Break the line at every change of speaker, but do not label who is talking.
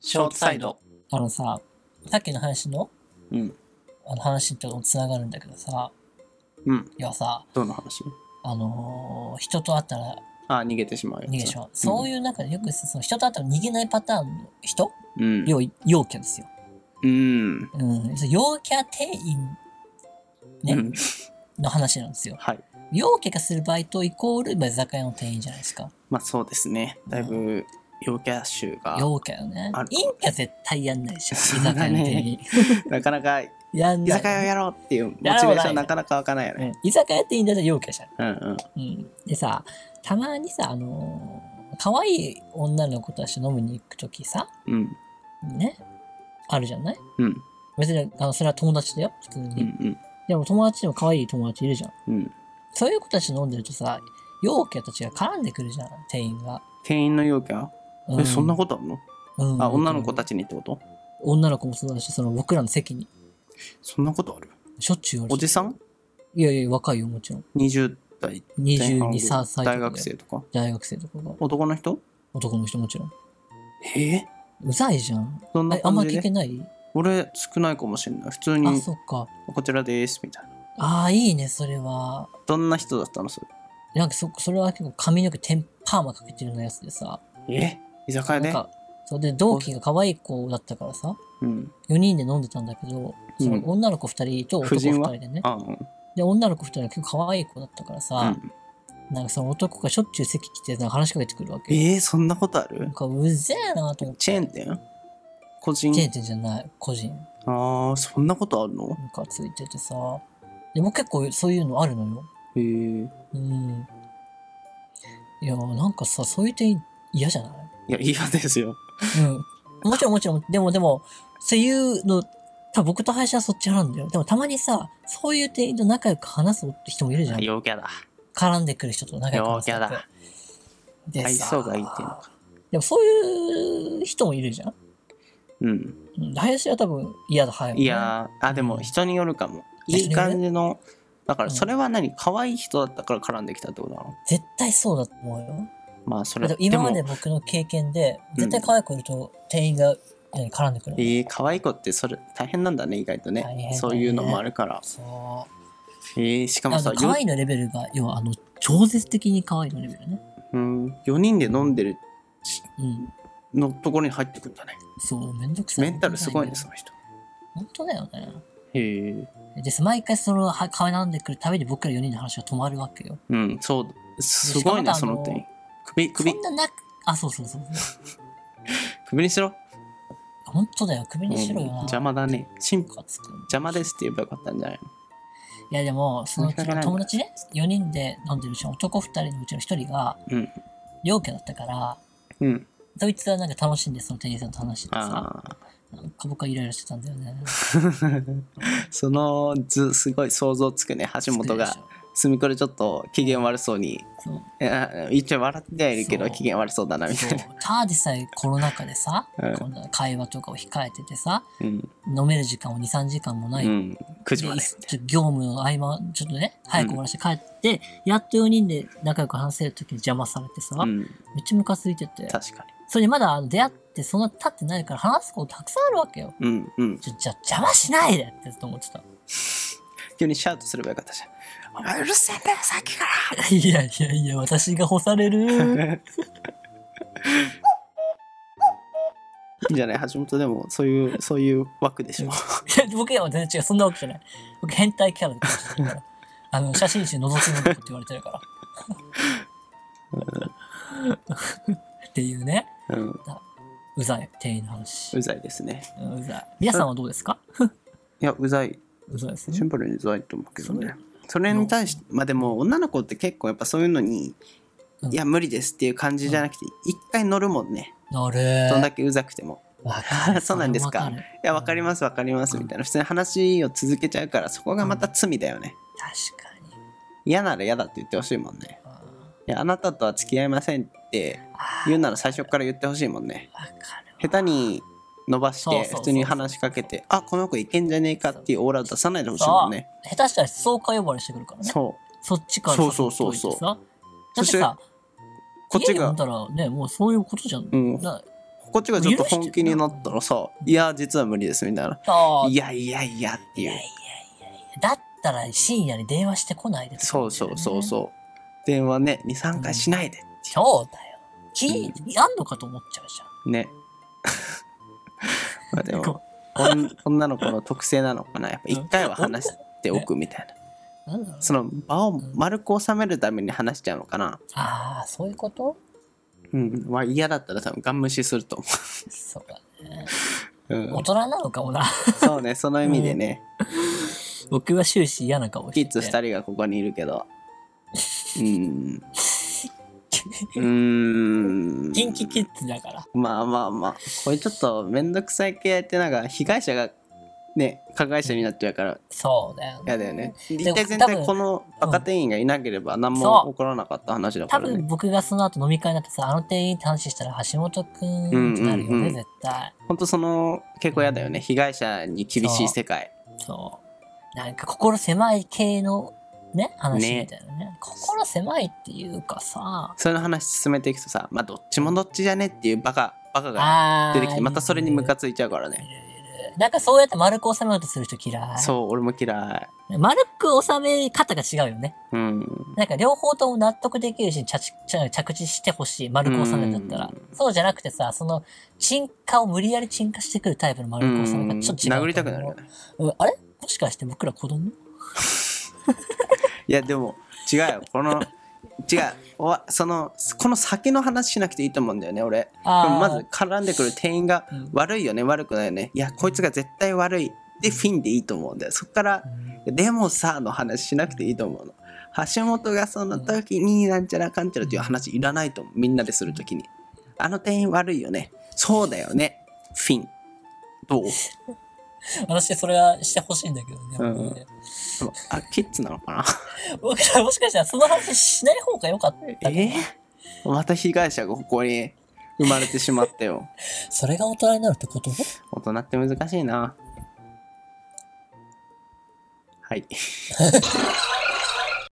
ショートサイド。
あのさ、さっきの話の、
うん。
あの話ともつながるんだけどさ、
うん。
要はさ、
どの話
あのー人と会ったら
あ、逃げてしまうやつ。
逃げてしまう。そう
い
いう中でよくさその人と会ったら逃げないパターンの人、
うん。うん。
要陽キャですよ。
うん。
うん。そう陽キャ定員、ね、
うん
の話なんですよ。
はい。
陽キャがするバイトイコール、まあ居酒屋の店員じゃないですか。
まあそうですね。だいぶ、陽キャ集が、
陽キャよね
ある。
陰キャ絶対やんないでしょ。居
そう
酒
だ
屋の
ね
店員。
なかなか、居
やんない。
酒屋をやろうっていうモチベーションなかなかわかないよ
う
ね。
ん、居酒屋店員だったら陽キャじゃん。
うんうん。
うん、でさたまにさあのー可愛い女の子たちと飲みに行く時さ
うん。
ねあるじゃない
うん。
別にあのそれは友達だよ普通
う
に、
ん。
でも友達でも可愛い友達いるじゃん
うん。
そういう子たち飲んでるとさ陽キャたちが絡んでくるじゃん店員が、
店員の陽キャ
う
え、そんなことあるの
うん
あ、女の子たちにってこと
女の子もそうだしその僕らの席に
そんなことある
しょっちゅうある
おじさん
いやいや若いよもちろん
?20 代前半ぐらい
223歳とかだ
大
よ
学生とか
大学生とかが
男の人
男の人もちろん
えー
うざいじゃん
どんな
えあんま
感じ
聞け
で
ない
俺少ないかもしれない普通
あ
に
そっか
こちらですみたいな
ああいいねそれは
どんな人だったのそれ
なんかそそれは結構髪の毛テンパーマかけてるようなやつでさ
え居酒
な
屋
ん
で
かそうで同期が可愛い子だったからさ
うん
4人で飲んでたんだけど
うん
その女の子2人と男
夫人
2
は
人でね、
あうん
で女の子2人は結構可愛い子だったから
う
さ、
ん
なんかその男がしょっちゅう席来てなんか話しかけてくるわけよ
えーそんなことあ
な
る
んかうぜえなと思って
チェーン店個人
チェーン店じゃない個人
ああそんなことあるの
ムカついててさでも結構そういうのあるのよ
へえ
うんいやなんかさそういう点嫌じゃない
いや嫌ですよ
うん。もちろんもちろん。でもでも、そういうの、多分僕と林はそっち派なんだよ。でもたまにさ、そういう店員と仲良く話す人もいるじゃん。
陽キャだ
絡んでくる人と仲良く
陽
話す
キャだ
でさ
愛想がいいっていうのか
でもそういう人もいるじゃん。
うん
うん林は多分嫌だ派よね、
いやーあでも人によるかも
人
い
によ
い
る
感じのだからそれは何可愛い人だったから絡んできたってことなの
絶対そうだと思うよ。
まあそ
だ
れ
って今ま
で
で
も
僕の経験で、絶対可愛い子いると店員が何絡んでくる
え
の。
ー、可愛い子ってそれ大変なんだね意外と
大変だ
ね
ね
そういうのもあるから
そう。
えー、しかも
あ
さ
の、
よ
可愛いのレベルが、要はあの、超絶的に可愛いのレベルね。
うん、4人で飲んでる
うん。
のところに入ってくんだね。
そう、めんどくさい。
メンタルすごいね、その人。
本当だよね。
へえ。
で、毎回その、は絡んでくるたびに僕ら4人の話が止まるわけよ。
うん、そう。すごいね、
しか
そ
も
の
あの
点。首、首
そん、ななく、あ、そうそうそう。
首にしろ。
本当だよ、首
うん
にしろよな。
邪魔だね。シン
ムカつく。
邪魔ですって言えばよかったんじゃないの
いや、でも、その
申し訳ない
友達ね、4人で飲んでるうちの男2人のうちの1人が、
うん。
両家だったから、
うん。
そいつはなんか楽しんで、その店員さんと話しててさ、
ああ。
なんか僕はイライラしてたんだよね。
その図、すごい想像つくね、橋本が
作。
隅これちょっと機嫌悪そうに。
るでしょそう
いや一応笑ってはいるけど、
そう
機嫌悪そうだな、みたい
そう
な。
ただでさえコロナ禍でさ、
うん
こんな会話とかを控えててさ、
うん。
飲める時間も2、3時間もな
う
い
ん。9時
で
まで。
ちょっと業務の合間、ちょっとね、早く終わらせて帰って、やっと4人で仲良く話せる時に邪魔されてさ、
う
めっ
ん。
ちゃムカついてて、
確か
それにまだあの出会ってそんな経ってないから話すことたくさんあるわけよ。
に。うん。うん。
ちょじゃあ邪魔しないでってずっと思ってた。
急にシャウトすればよかったじゃん。お前うるせえんだよ、さっきから
いやいやいや、私が干さ れる。
いいんじゃない橋本でもそういうそういう枠でしょ
いや僕らは全然違う、そんなわけじゃない。僕変態キャラで殺して るから。あの、写真集覗きの男って言われてるから。 っていうね、
うん
うざい店員の話。
うざいですね
うんうざい。皆さんはどうですか
いやうざいう
ざいですね
シ。ンプルにうざいと思うけどねそれに対してまあでも女の子って結構やっぱそういうのに
うん
いや無理ですっていう感じじゃなくて一回乗るもんね
乗る。
どんだけうざくても
わか る
そうなんですか
わる
いやわかりますわかりますみたいな普通に話を続けちゃうからそこがまた罪だよね
確かに。
嫌なら嫌だって言ってほしいもんね
あ
いやあなたとは付き合いませんって
ー
言うなら最初から言ってほしいもんね
わかる。
下手に伸ばし
そう
て
そうそう
普通に話しかけてあこの子いけんじゃねえかっていうオーラを出さないでほしいもんね
下手したらそうか呼ばれしてくるからね。
そう
そっちから
そうそうそうそう
誘っと
そ
いてさだって
して
さ、
こっち
家に呼
が
んだらね、もうそういうことじゃん。
うん
な
こっちがちょっと本気になったらさ「いや実は無理です」みたいな
あ
「
あ
いやいやいや」ってい
いやいうやいやいやだったら深夜に電話してこないで、
そうそうそうそう電話ね23回しないで
そうだよ聞いあんのかと思っちゃうじ
ね まあで
ゃん
も女女の子の特性なのかなやっぱ一回は話しておくみたいな
なんだろう
その場を丸く収めるために話しちゃうのかな
ああそういうこと
うんまあ嫌だったら多分ガン無視すると思
そうか
う、うん
大人なのかもな
そうねその意味でね、
僕は終始嫌な顔して
キ
て
ッズ2人がここにいるけ どうーんうーん
キンキキッズだから
まあまあまあこれちょっと面倒くさい系ってなんか被害者がね加害者になっちゃうから
そうだよ
嫌だよね
で
一体全
多
体
分
この赤店員がいなければ何
そ
も
う
起こらなかった話だか
多
らね
分僕がその後飲み会になってさ、あの店員って話したら橋本くんってなるよね、
うんうんうん
絶対。
本当その結構嫌だよね被害者に厳しい世界
そう。なんか心狭い系のね、話
ね
みたいなね。心狭いっていうかさ、
その話進めていくとさまあどっちもどっちじゃねっていうバカバカが
あー
出てきてまたそれにムカついちゃうから
い
ね
るいるなんかそうやって丸く収めようとする人嫌い。
そう俺も嫌い
丸く収め方が違うよね。
うん
なんか両方とも納得できるし、着地着地してほしい。丸く収めだったら
う。
そうじゃなくてさ、その、沈下を無理やり沈下してくるタイプの
う
丸
ん
く収め方、ちょっと違うと思う。
殴りたくなるよね
うんあれもしかして僕ら子供
いやでも違うよこの 違うおわそのこの先の話しなくていいと思うんだよね俺
あー
まず絡んでくる店員が
うん
悪いよね悪くないよねいやこいつが絶対悪いでフィンでいいと思うんだよそっからでもさの話しなくていいと思うの橋本がその時になんちゃらかんちゃらっていう話いらないと思うみんなでする時にあの店員悪いよねそうだよねフィンどう
私それはしてほしいんだけどね。
うん
僕ね
あキッズなのかな
僕らもしかしたらその話しない方が良かったかな
えーまた被害者がここに生まれてしまったよ
それが大人になるってこと
大人って難しいなはい